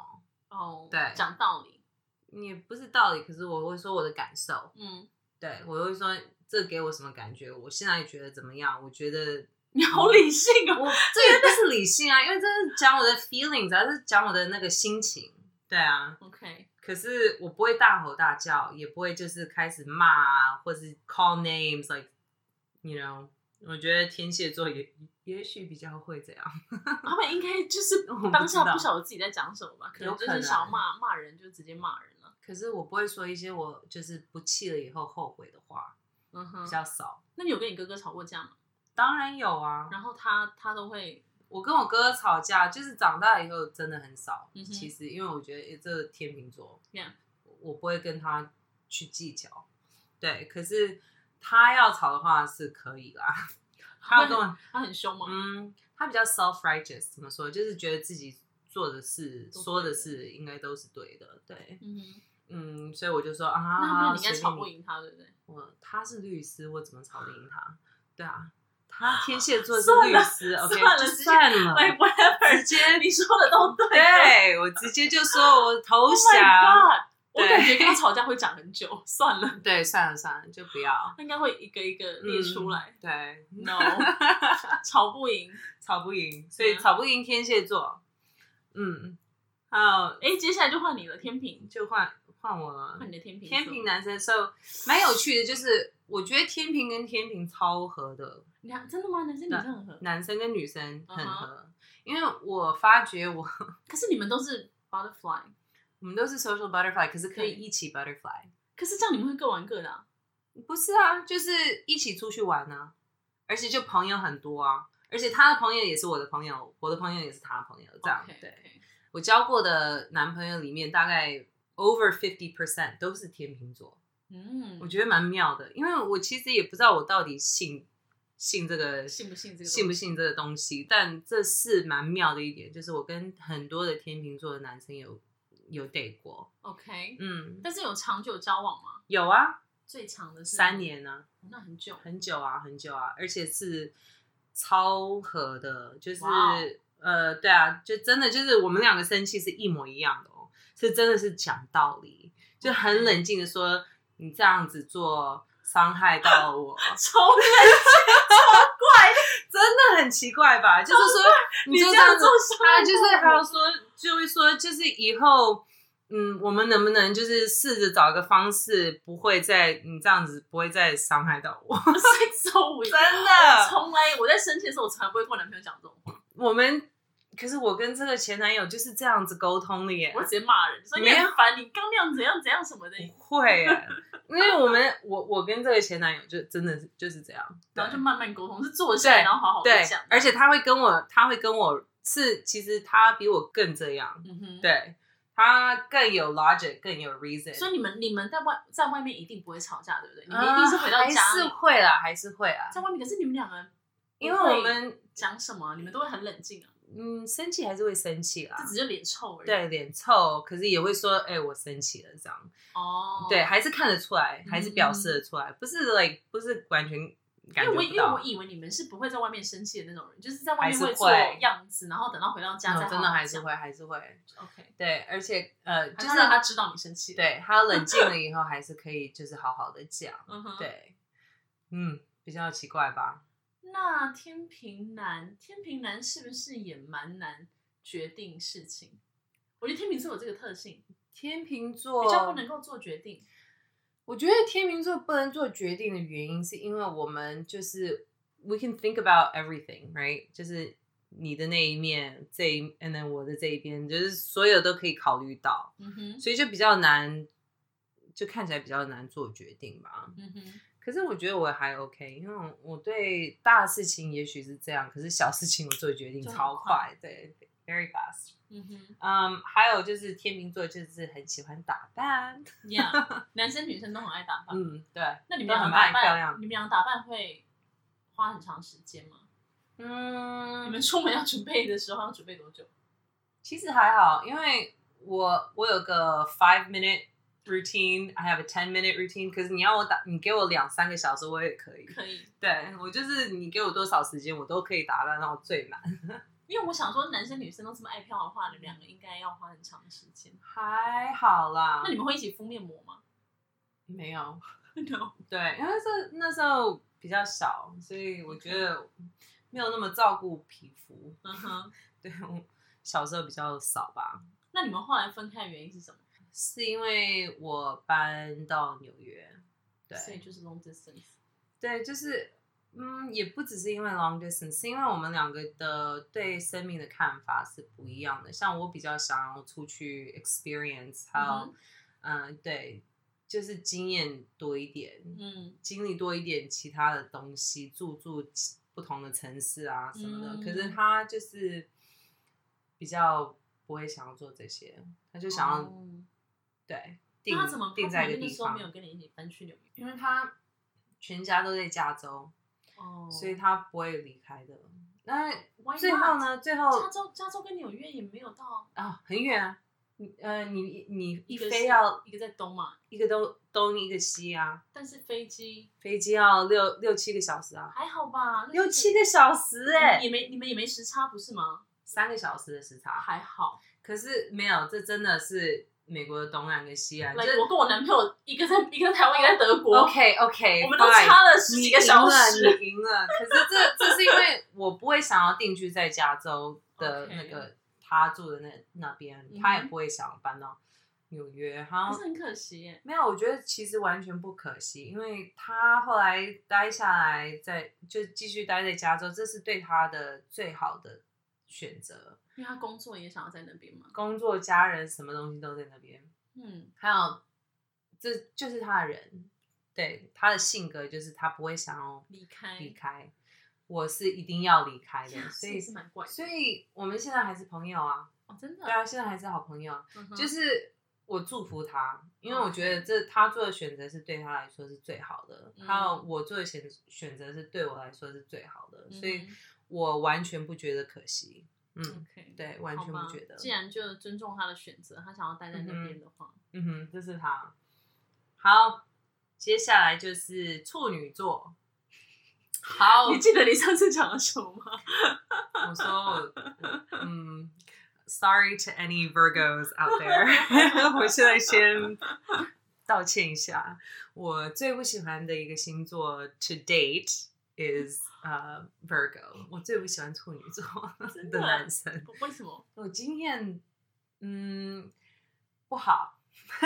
Speaker 2: 哦，
Speaker 1: 对
Speaker 2: 讲道理，
Speaker 1: 你也不是道理，可是我会说我的感受，
Speaker 2: 嗯，
Speaker 1: 对我会说这给我什么感觉，我现在觉得怎么样，我觉得
Speaker 2: 你好理性哦。
Speaker 1: 我这也不是理性啊，因为这是讲我的 feelings，啊这是讲我的那个心情，对啊。
Speaker 2: OK，
Speaker 1: 可是我不会大吼大叫，也不会就是开始骂啊，或是 call names，like you know。我觉得天蝎座也也许比较会这样，
Speaker 2: 他们应该就是
Speaker 1: 我不知道
Speaker 2: 当下不晓得自己在讲什么吧，可
Speaker 1: 有
Speaker 2: 能
Speaker 1: 可
Speaker 2: 就
Speaker 1: 能
Speaker 2: 是想要骂骂人就直接骂人了。
Speaker 1: 可是我不会说一些我就是不气了以后后悔的话，
Speaker 2: 嗯
Speaker 1: 比
Speaker 2: 哼，
Speaker 1: 较少。
Speaker 2: 那你有跟你哥哥吵过架吗？
Speaker 1: 当然有啊，
Speaker 2: 然后他他都会
Speaker 1: 我跟我哥吵架，就是长大以后真的很少。
Speaker 2: 嗯哼
Speaker 1: 其实因为我觉得这个天秤座，
Speaker 2: Yeah
Speaker 1: 我不会跟他去计较。对，可是他要吵的话是可以啦。他要跟我，
Speaker 2: 他很凶吗？
Speaker 1: 嗯，他比较 self righteous，怎么说？就是觉得自己做的事、
Speaker 2: 都对的
Speaker 1: 说的事应该都是对的。对，
Speaker 2: 嗯哼，
Speaker 1: 嗯，所以我就说啊，
Speaker 2: 那那你应该
Speaker 1: 随便嗯
Speaker 2: 吵不赢他，对不对？
Speaker 1: 我他是律师，我怎么吵得赢他？对啊，他天蝎座是
Speaker 2: 啊算
Speaker 1: 律
Speaker 2: 了
Speaker 1: 师，OK，
Speaker 2: 算了
Speaker 1: 就
Speaker 2: 直接
Speaker 1: 算了，
Speaker 2: 哎，whatever，直接你说的都对。
Speaker 1: 对我直接就说我投
Speaker 2: Oh
Speaker 1: 降。
Speaker 2: my god！我
Speaker 1: 对
Speaker 2: 感觉跟他吵架会讲很久， 算了，
Speaker 1: 对，算了算了，就不要。
Speaker 2: 他应该会一个一个
Speaker 1: 嗯
Speaker 2: 列出来。
Speaker 1: 对，
Speaker 2: No，吵不赢。
Speaker 1: 吵不赢，所以
Speaker 2: 嗯
Speaker 1: 吵不赢天蝎座。嗯，好，
Speaker 2: 哎，接下来就换你了，天平，
Speaker 1: 就换换我了
Speaker 2: 换。你的天平座。
Speaker 1: 天平男生，so 蛮有趣的，就是我觉得天平跟天平超合的，
Speaker 2: 你看，真的吗？男生女生很合，
Speaker 1: 男生跟女生很
Speaker 2: 嗯哼
Speaker 1: 合因为我发觉我
Speaker 2: 可是你们都是 butterfly，
Speaker 1: 我们都是 social butterfly，可是可以
Speaker 2: 对
Speaker 1: 一起 butterfly。
Speaker 2: 可是这样你们会各玩各的啊。
Speaker 1: 不是啊，就是一起出去玩啊，而且就朋友很多啊，而且他的朋友也是我的朋友，我的朋友也是他的朋友，这样。
Speaker 2: OK，OK
Speaker 1: 对，我交过的男朋友里面，大概 over fifty percent 都是天秤座，
Speaker 2: 嗯，
Speaker 1: 我觉得蛮妙的，因为我其实也不知道我到底信信这个
Speaker 2: 信不信这个东西
Speaker 1: 信不信这个东西，但这是蛮妙的一点，就是我跟很多的天秤座的男生有有 date 过，
Speaker 2: OK，
Speaker 1: 嗯，
Speaker 2: 但是有长久交往吗？
Speaker 1: 有啊，
Speaker 2: 最长的是
Speaker 1: 三，年啊。
Speaker 2: 哦那很久。
Speaker 1: 很久啊，很久啊，而且是超合的，就是
Speaker 2: 哇哦
Speaker 1: 呃，对啊，就真的就是我们两个生气是一模一样的哦，是真的是讲道理，就很冷静的说你这样子做伤害到我，
Speaker 2: 超
Speaker 1: 真的很奇怪吧？就是说
Speaker 2: 你
Speaker 1: 就
Speaker 2: 这
Speaker 1: 这
Speaker 2: 样
Speaker 1: 样子
Speaker 2: 做，
Speaker 1: 他
Speaker 2: 伤
Speaker 1: 就是
Speaker 2: 害
Speaker 1: 还
Speaker 2: 到
Speaker 1: 要说，就会说就是以后。嗯，我们能不能就是试着找一个方式，不会再你这样子，不会再伤害到我？
Speaker 2: 我是周围
Speaker 1: 真的，
Speaker 2: 从来我在生气的时候，我从来不会跟我男朋友讲这种话。
Speaker 1: 我们可是我跟这个前男友就是这样子沟通的耶
Speaker 2: 我，会直接骂人，说你
Speaker 1: 没有嗯
Speaker 2: 很烦，你刚那样怎样怎样什么的，
Speaker 1: 会耶，因为我们我我跟这个前男友就真的是就是这样，
Speaker 2: 然后
Speaker 1: 对
Speaker 2: 就慢慢沟通，是坐下
Speaker 1: 对
Speaker 2: 来然后好好地
Speaker 1: 对
Speaker 2: 讲，，
Speaker 1: 而且他会跟我，他会跟我是，其实他比我更这样，
Speaker 2: 嗯哼，。
Speaker 1: 对他更有 logic，更有 reason，
Speaker 2: 所以你们你们在外在外面一定不会吵架，对不对？你们一
Speaker 1: 啊
Speaker 2: 定是回到家
Speaker 1: 还
Speaker 2: 里，
Speaker 1: 是会啦，还是会啊，
Speaker 2: 在外面，可是你们两个人
Speaker 1: 因为我们
Speaker 2: 讲什么，你们都会很冷静啊，
Speaker 1: 嗯生气还是会生气啦
Speaker 2: 这，只是脸臭而已。
Speaker 1: 对，脸臭，可是也会说，哎、我生气了这样，
Speaker 2: 哦，
Speaker 1: 对，还是看得出来，还是表示
Speaker 2: 嗯
Speaker 1: 得出来，不是 like 不是完全感
Speaker 2: 因为
Speaker 1: 觉
Speaker 2: 我因
Speaker 1: 不
Speaker 2: 为我
Speaker 1: 到，
Speaker 2: 以为你们是不会在外面生气的那种人，就是在外面
Speaker 1: 还是会
Speaker 2: 做样子，然后等到回到家再好
Speaker 1: 嗯
Speaker 2: 好
Speaker 1: 真的还是
Speaker 2: 讲
Speaker 1: 会，还是会，
Speaker 2: OK，
Speaker 1: 对，而且呃，就
Speaker 2: 就是是让他知道你生气。，
Speaker 1: 对他冷静了以后，还是可以就是好好的讲。
Speaker 2: 嗯 哼。
Speaker 1: 对，嗯，比较奇怪吧？
Speaker 2: 那天平男，天平男是不是也蛮难决定事情？我觉得天平座有这个特性，
Speaker 1: 天秤座
Speaker 2: 比较不能够做决定。
Speaker 1: 我觉得天秤座不能做决定的原因，是因为我们就是 we can think about everything，right？就是你的那一面，这一，and then 我的这一边，就是所有都可以考虑到，
Speaker 2: 嗯哼，
Speaker 1: 所以就比较难，就看起来比较难做决定吧。
Speaker 2: 嗯哼，
Speaker 1: 可是我觉得我还 OK，因为我我对大事情也许是这样，可是小事情我做决定
Speaker 2: 就很
Speaker 1: 超
Speaker 2: 快
Speaker 1: 快，对，very fast。
Speaker 2: 嗯哼
Speaker 1: 嗯，还有就是天秤座就是很喜欢打扮，
Speaker 2: ，Yeah，男生女生都很爱打扮。
Speaker 1: 嗯，对，
Speaker 2: 那你们
Speaker 1: 都
Speaker 2: 俩
Speaker 1: 很
Speaker 2: 打
Speaker 1: 爱
Speaker 2: 扮，
Speaker 1: 漂亮，
Speaker 2: 你们俩打扮会花很长时间吗？
Speaker 1: 嗯，
Speaker 2: 你们出门要准备的时候要准备多久？
Speaker 1: 其实还好，因为我我有个 five minute routine，I have a ten minute routine。可是你要我打，你给我两三个小时，我也可以。
Speaker 2: 可以，
Speaker 1: 对我就是你给我多少时间，我都可以打扮到最满。
Speaker 2: 因为我想说，男生女生都这么爱漂亮的话，你们两个应该要花很长的时间。
Speaker 1: 还好啦，
Speaker 2: 那你们会一起敷面膜吗
Speaker 1: 没有？
Speaker 2: ？No，
Speaker 1: 对，因为是那时候比较少，所以我觉得没有那么照顾皮肤。
Speaker 2: 嗯哼。
Speaker 1: 对我小时候比较少吧，
Speaker 2: 那你们后来分开的原因是什么？
Speaker 1: 是因为我搬到纽约，对，
Speaker 2: 所以就是 long distance。
Speaker 1: 对，就是嗯，也不只是因为 long distance，是因为我们两个的对生命的看法是不一样的。像我比较想要出去 experience，还有嗯、呃对，就是经验多一点，
Speaker 2: 嗯
Speaker 1: 经历多一点其他的东西，住住其不同的城市啊什么的。可是
Speaker 2: 嗯
Speaker 1: 他就是比较不会想要做这些，他就想要、
Speaker 2: 哦
Speaker 1: 对定
Speaker 2: 那他怎么
Speaker 1: 定在一个
Speaker 2: 那
Speaker 1: 地
Speaker 2: 时候
Speaker 1: 方
Speaker 2: 没，有跟你一起搬去纽约？
Speaker 1: 因为他全家都在加州。
Speaker 2: 哦哎
Speaker 1: 所以他不会离开的。那
Speaker 2: Why
Speaker 1: 最后呢？最后
Speaker 2: not？加州加州跟纽约也没有到
Speaker 1: 啊、很远啊，你呃，你你
Speaker 2: 一
Speaker 1: 一
Speaker 2: 个
Speaker 1: 飞
Speaker 2: 是
Speaker 1: 要
Speaker 2: 一个在东嘛，
Speaker 1: 一个东东一个西啊，
Speaker 2: 但是飞机
Speaker 1: 飞机要六六七个小时啊，
Speaker 2: 还好吧？那
Speaker 1: 六
Speaker 2: 是
Speaker 1: 七个小时哎、
Speaker 2: 你没你嗯们也没时差不是吗？
Speaker 1: 三个小时的时差。
Speaker 2: 还好，
Speaker 1: 可是没有，这真的是美国的东岸跟西岸，就
Speaker 2: 来
Speaker 1: 是
Speaker 2: 我跟我男朋友一个在一个在台湾，一个在德国
Speaker 1: OK OK，
Speaker 2: 我们都差了十
Speaker 1: 你
Speaker 2: 几
Speaker 1: 赢
Speaker 2: 个
Speaker 1: 了，
Speaker 2: 小时。
Speaker 1: 你赢了。可是这这是因为我不会想要定居在加州的
Speaker 2: OK
Speaker 1: 那个他住的那那边
Speaker 2: 嗯，哼
Speaker 1: 他也不会想要搬到纽约哈
Speaker 2: 可。是很可惜耶，
Speaker 1: 没有，我觉得其实完全不可惜，因为他后来待下来在，就继续待在加州，这是对他的最好的选择。
Speaker 2: 因为他工作也想要在那边嘛。
Speaker 1: 工作、家人，什么东西都在那边。
Speaker 2: 嗯，
Speaker 1: 还有，这就是他的人，对他的性格，就是他不会想要
Speaker 2: 离开
Speaker 1: 离 开，我是一定要离开
Speaker 2: 呀
Speaker 1: 的，所
Speaker 2: 是也
Speaker 1: 以
Speaker 2: 是蛮怪的
Speaker 1: 所以我们现在还是朋友啊，
Speaker 2: 哦，真的
Speaker 1: 对，啊，现在还是好朋友，
Speaker 2: 嗯哼嗯
Speaker 1: 就是我祝福他，因为我觉得这他做的选择是对他来说是最好的，
Speaker 2: 嗯
Speaker 1: 还有我做的选选择是对我来说是最好的，所以
Speaker 2: 嗯
Speaker 1: 我完全不觉得可惜，嗯，
Speaker 2: OK，
Speaker 1: 对，完全不觉得
Speaker 2: 好吧，既然就尊重他的选择，他想要待在那边的话，
Speaker 1: 嗯哼，这是他。好，接下来就是处女座。好，
Speaker 2: 你记得你上次讲了什么吗？
Speaker 1: 我说，嗯，sorry to any Virgos out there，我 现在先道歉一下。我最不喜欢的一个星座 to date is 呃、Virgo，我最不喜欢处女座
Speaker 2: 真的啊
Speaker 1: 的男生。
Speaker 2: 为什么？
Speaker 1: 我经验，嗯，不好，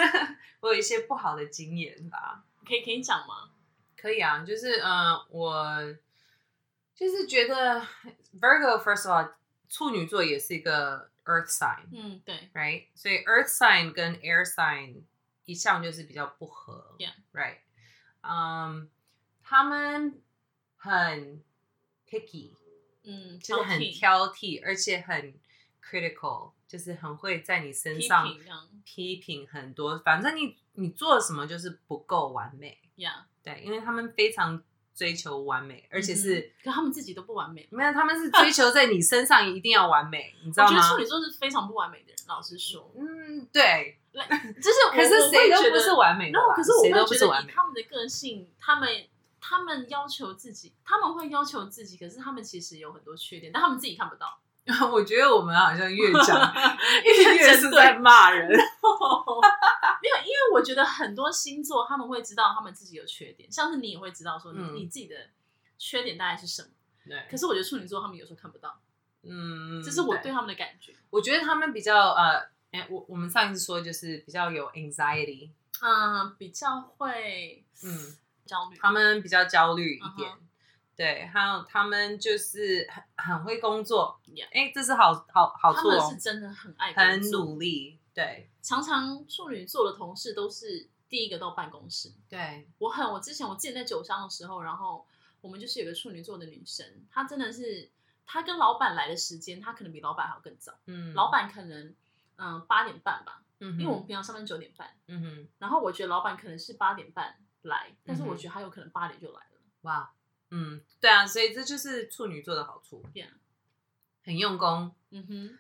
Speaker 1: 我有一些不好的经验吧。
Speaker 2: 可以可以讲吗？
Speaker 1: 可以啊，就是呃，我就是觉得 Virgo first of all 处女座也是一个 Earth sign，right？、
Speaker 2: 嗯，对，
Speaker 1: 所以 Earth sign 跟 Air sign 一向就是比较不合
Speaker 2: Yeah
Speaker 1: ，right？嗯、他们很 picky，
Speaker 2: 嗯，
Speaker 1: 就是很
Speaker 2: 挑剔
Speaker 1: 挑剔，而且很 critical，就是很会在你身
Speaker 2: 批
Speaker 1: 上
Speaker 2: 评这样
Speaker 1: 批评很多。反正你你做什么就是不够完美，
Speaker 2: ，Yeah，
Speaker 1: 对，因为他们非常追求完美，而且是、
Speaker 2: 嗯可他们自己都不完美。
Speaker 1: 没有，他们是追求在你身上一定要完美，你知
Speaker 2: 我
Speaker 1: 道
Speaker 2: 觉得
Speaker 1: 吗？
Speaker 2: 处女座是非常不完美的人，老实说，
Speaker 1: 嗯，对。
Speaker 2: 就是我
Speaker 1: 可是谁都不是
Speaker 2: 完
Speaker 1: 完美
Speaker 2: 美
Speaker 1: 的
Speaker 2: 的
Speaker 1: 吧，
Speaker 2: 可是我
Speaker 1: 谁都
Speaker 2: 会
Speaker 1: 不
Speaker 2: 觉
Speaker 1: 是
Speaker 2: 得
Speaker 1: 完
Speaker 2: 以
Speaker 1: 美。
Speaker 2: 他们的个性，他们他们要求自己，他们会要求自己，可是他们其实有很多缺点，但他们自己看 不到。
Speaker 1: 我觉得我们好像越讲
Speaker 2: 针
Speaker 1: 越是在骂人。
Speaker 2: 没有，因为我觉得很多星座他们会知道他们自己有缺点，像是你也会知道说你、
Speaker 1: 嗯
Speaker 2: 你自己的缺点大概是什么。
Speaker 1: 对
Speaker 2: 可是我觉得处女座他们有时候看不到，
Speaker 1: 嗯，
Speaker 2: 这是我对他们的感觉。
Speaker 1: 我觉得他们比较呃，哎，我我们上一次说就是比较有 anxiety，
Speaker 2: 嗯，比较会
Speaker 1: 嗯，
Speaker 2: 焦虑。
Speaker 1: 他们比较焦虑一点
Speaker 2: 嗯
Speaker 1: 对，还有他们就是很很会工作，哎
Speaker 2: Yeah
Speaker 1: 这是好好好
Speaker 2: 他
Speaker 1: 处
Speaker 2: 们
Speaker 1: 哦
Speaker 2: 是，真的很爱
Speaker 1: 很
Speaker 2: 工作
Speaker 1: 努力，对
Speaker 2: 常常处女座的同事都是第一个到办公室。
Speaker 1: 对，
Speaker 2: 我很，我之前我之前在酒商的时候，然后我们就是有个处女座的女生，她真的是，她跟老板来的时间，她可能比老板还要更早。
Speaker 1: 嗯，
Speaker 2: 老，板可能嗯八、点半吧，
Speaker 1: 嗯哼，
Speaker 2: 因为我们平常上班九点半，
Speaker 1: 嗯哼，
Speaker 2: 然后我觉得老板可能是八点半来，但是
Speaker 1: 嗯哼
Speaker 2: 我觉得他有可能八点就来了。
Speaker 1: 哇，嗯，对啊，所以这就是处女座的好处
Speaker 2: Yeah
Speaker 1: 很用功，
Speaker 2: 嗯哼，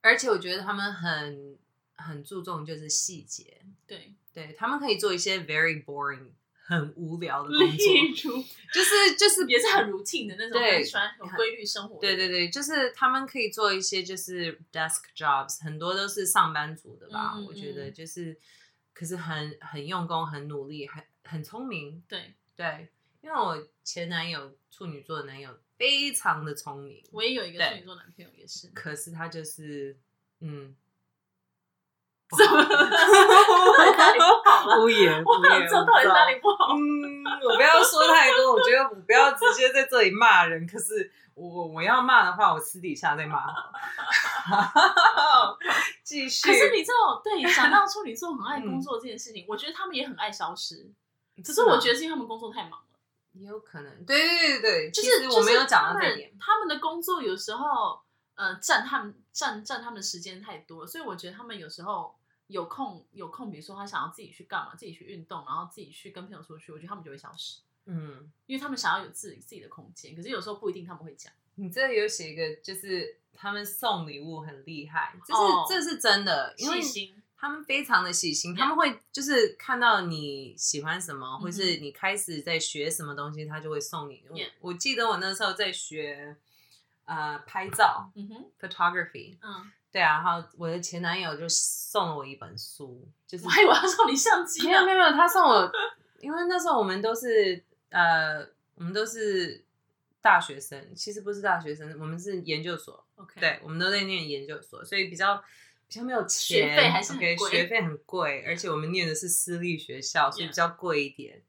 Speaker 1: 而且我觉得他们很很注重就是细节，
Speaker 2: 对，
Speaker 1: 对他们可以做一些 very boring 很无聊的工作，
Speaker 2: 例如
Speaker 1: 就是就是
Speaker 2: 也是很 routine 的那种，
Speaker 1: 对
Speaker 2: 很喜欢有规律生活。
Speaker 1: 对对对，就是他们可以做一些就是 desk jobs，很多都是上班族的吧，
Speaker 2: 嗯嗯
Speaker 1: 我觉得
Speaker 2: 嗯
Speaker 1: 就是，可是很很用功、很努力、很很聪明，
Speaker 2: 对，
Speaker 1: 对，因为我前男友处女座的男友非常的聪明，
Speaker 2: 我也有一个
Speaker 1: 对
Speaker 2: 处女座男朋友，也是。
Speaker 1: 可是他就是 嗯， 不
Speaker 2: 怎
Speaker 1: 好
Speaker 2: 么哪里不好了？
Speaker 1: 无言
Speaker 2: 我
Speaker 1: 无言，
Speaker 2: 想知道到底
Speaker 1: 知道
Speaker 2: 哪里不好。
Speaker 1: 嗯，我不要说太多，我觉得我不要直接在这里骂人。可是我我要骂的话，我私底下再骂好了。继续，
Speaker 2: 可是你知道，对，想到处女座很
Speaker 1: 嗯
Speaker 2: 爱工作这件事情，我觉得他们也很爱消失。只是我觉
Speaker 1: 得
Speaker 2: 得是因为他们工作太忙了，
Speaker 1: 也有可能，对对对对，
Speaker 2: 就
Speaker 1: 其
Speaker 2: 是
Speaker 1: 实我没有讲到
Speaker 2: 就是
Speaker 1: 这
Speaker 2: 他
Speaker 1: 一点
Speaker 2: 们。他们的工作有时候呃占他们占占他们的时间太多了，所以我觉得他们有时候有空有空，比如说他想要自己去干嘛，自己去运动，然后自己去跟朋友出去，我觉得他们就会消失，
Speaker 1: 嗯，
Speaker 2: 因为他们想要有自己自己的空间。可是有时候不一定他们会讲，
Speaker 1: 你这里有写一个，就是他们送礼物很厉害，这是、
Speaker 2: 哦
Speaker 1: 这是真的，因为
Speaker 2: 细心，
Speaker 1: 他们非常的细心，他们会就是看到你喜欢什么，
Speaker 2: 嗯哼
Speaker 1: 或是你开始在学什么东西，他就会送你。
Speaker 2: Yeah
Speaker 1: 我我记得我那时候在学呃拍照
Speaker 2: 嗯哼，
Speaker 1: （photography），
Speaker 2: 嗯，
Speaker 1: 对啊，然后我的前男友就送了我一本书，就是
Speaker 2: 我还以为要送你相机
Speaker 1: 没有
Speaker 2: 呢
Speaker 1: 没，有没有，他送我，因为那时候我们都是呃，我们都是大学生，其实不是大学生，我们是研究所，
Speaker 2: OK，
Speaker 1: 对，我们都在念研究所，所以比较比较没有钱，
Speaker 2: 学费还是很
Speaker 1: OK，
Speaker 2: 贵
Speaker 1: 学费很贵，而且我们念的是私立学校，所以
Speaker 2: Yeah
Speaker 1: 比较贵一点。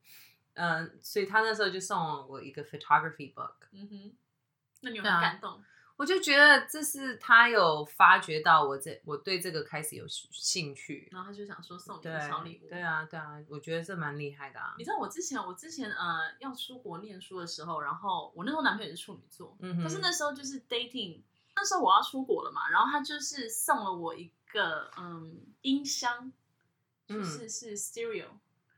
Speaker 1: 嗯、所以他那时候就送了我一个 photography book，
Speaker 2: 嗯哼，那你有
Speaker 1: 对啊
Speaker 2: 很感动，
Speaker 1: 我就觉得这是他有发觉到我这我对这个开始有兴趣。
Speaker 2: 然后他就想说送你一
Speaker 1: 对
Speaker 2: 个小礼物，
Speaker 1: 对啊，对啊，我觉得这蛮厉害的啊
Speaker 2: 你。知道我之前，我之前呃要出国念书的时候，然后我那时候男朋友也是处女座，
Speaker 1: 嗯哼
Speaker 2: 但是那时候就是 dating，那时候我要出国了嘛，然后他就是送了我一个嗯音箱，就是是 stereo，、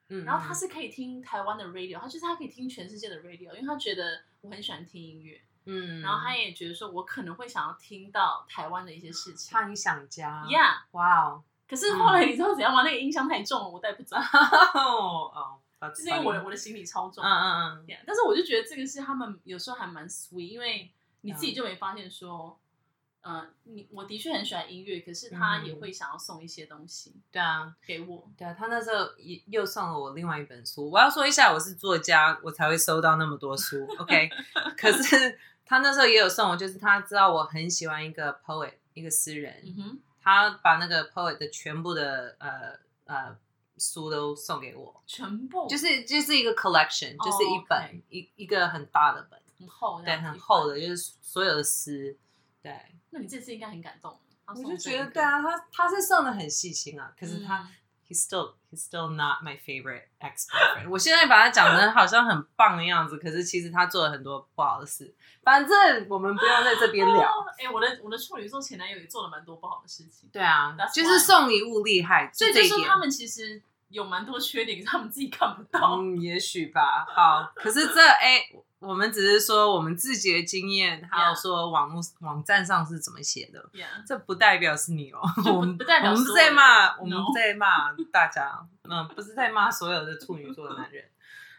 Speaker 1: 嗯，
Speaker 2: 然后他
Speaker 1: 嗯
Speaker 2: 是可以听台湾的 radio，他就是他可以听全世界的 radio，因为他觉得我很喜欢听音乐，
Speaker 1: 嗯，
Speaker 2: 然后他也觉得说我可能会想要听到台湾的一些事情
Speaker 1: 他很想家，
Speaker 2: ，Yeah，
Speaker 1: 哇哦，
Speaker 2: 可是后来你知道怎样吗？那个音箱太重了，我带不走，
Speaker 1: 哦，
Speaker 2: 就是因为我的我的行李超重，
Speaker 1: 嗯嗯嗯
Speaker 2: Yeah，但是我就觉得这个是他们有时候还蛮 sweet，因为你
Speaker 1: 嗯
Speaker 2: 自己就没发现说，呃，你我的确很喜欢音乐，可是他
Speaker 1: 嗯
Speaker 2: 也会想要送一些东西
Speaker 1: 对啊，
Speaker 2: 给我。嗯
Speaker 1: 对啊，他那时候也又送了我另外一本书。我要说一下，我是作家，我才会收到那么多书。OK，可 是他那时候也有送我，就是他知道我很喜欢一个 poet，一个诗人，
Speaker 2: 嗯哼，
Speaker 1: 他把那个 poet 的全部的呃呃书都送给我，
Speaker 2: 全部
Speaker 1: 就是就是一个 collection，
Speaker 2: 哦
Speaker 1: 就是一本、
Speaker 2: OK
Speaker 1: 一一个很大的本，
Speaker 2: 很厚，
Speaker 1: 对，很厚。的，就是所有的诗，对。
Speaker 2: 那你这次应该很感动。他
Speaker 1: 我
Speaker 2: 哦送
Speaker 1: 就
Speaker 2: 这
Speaker 1: 觉得
Speaker 2: 个
Speaker 1: 对，啊，他他是送的很细心啊，可是他、
Speaker 2: 嗯
Speaker 1: he's still he's still not my favorite ex boyfriend。我现在把他讲的好像很棒的样子，可是其实他做了很多不好的事。反正我们不用在这边聊。
Speaker 2: 哎、我的我的处女座前男友也做了蛮多不好的事 情，
Speaker 1: 对啊
Speaker 2: That's，
Speaker 1: 就是送礼物厉害，
Speaker 2: 所以
Speaker 1: 这
Speaker 2: 就
Speaker 1: 一
Speaker 2: 是
Speaker 1: 点
Speaker 2: 他。们其实有蛮多缺点，可是他们自己看不到。
Speaker 1: 嗯，也许吧。 好，可是这哎、我们只是说我们自己的经验，还有
Speaker 2: Yeah
Speaker 1: 说网络网站上是怎么写的。
Speaker 2: Yeah，
Speaker 1: 这不代表是 你哦，
Speaker 2: 不
Speaker 1: 我们
Speaker 2: 不代表
Speaker 1: 我们
Speaker 2: 所
Speaker 1: 不
Speaker 2: 有
Speaker 1: 在
Speaker 2: 人
Speaker 1: 骂，我们
Speaker 2: No
Speaker 1: 不在骂大家，嗯，不是在骂所有的处女座的男人，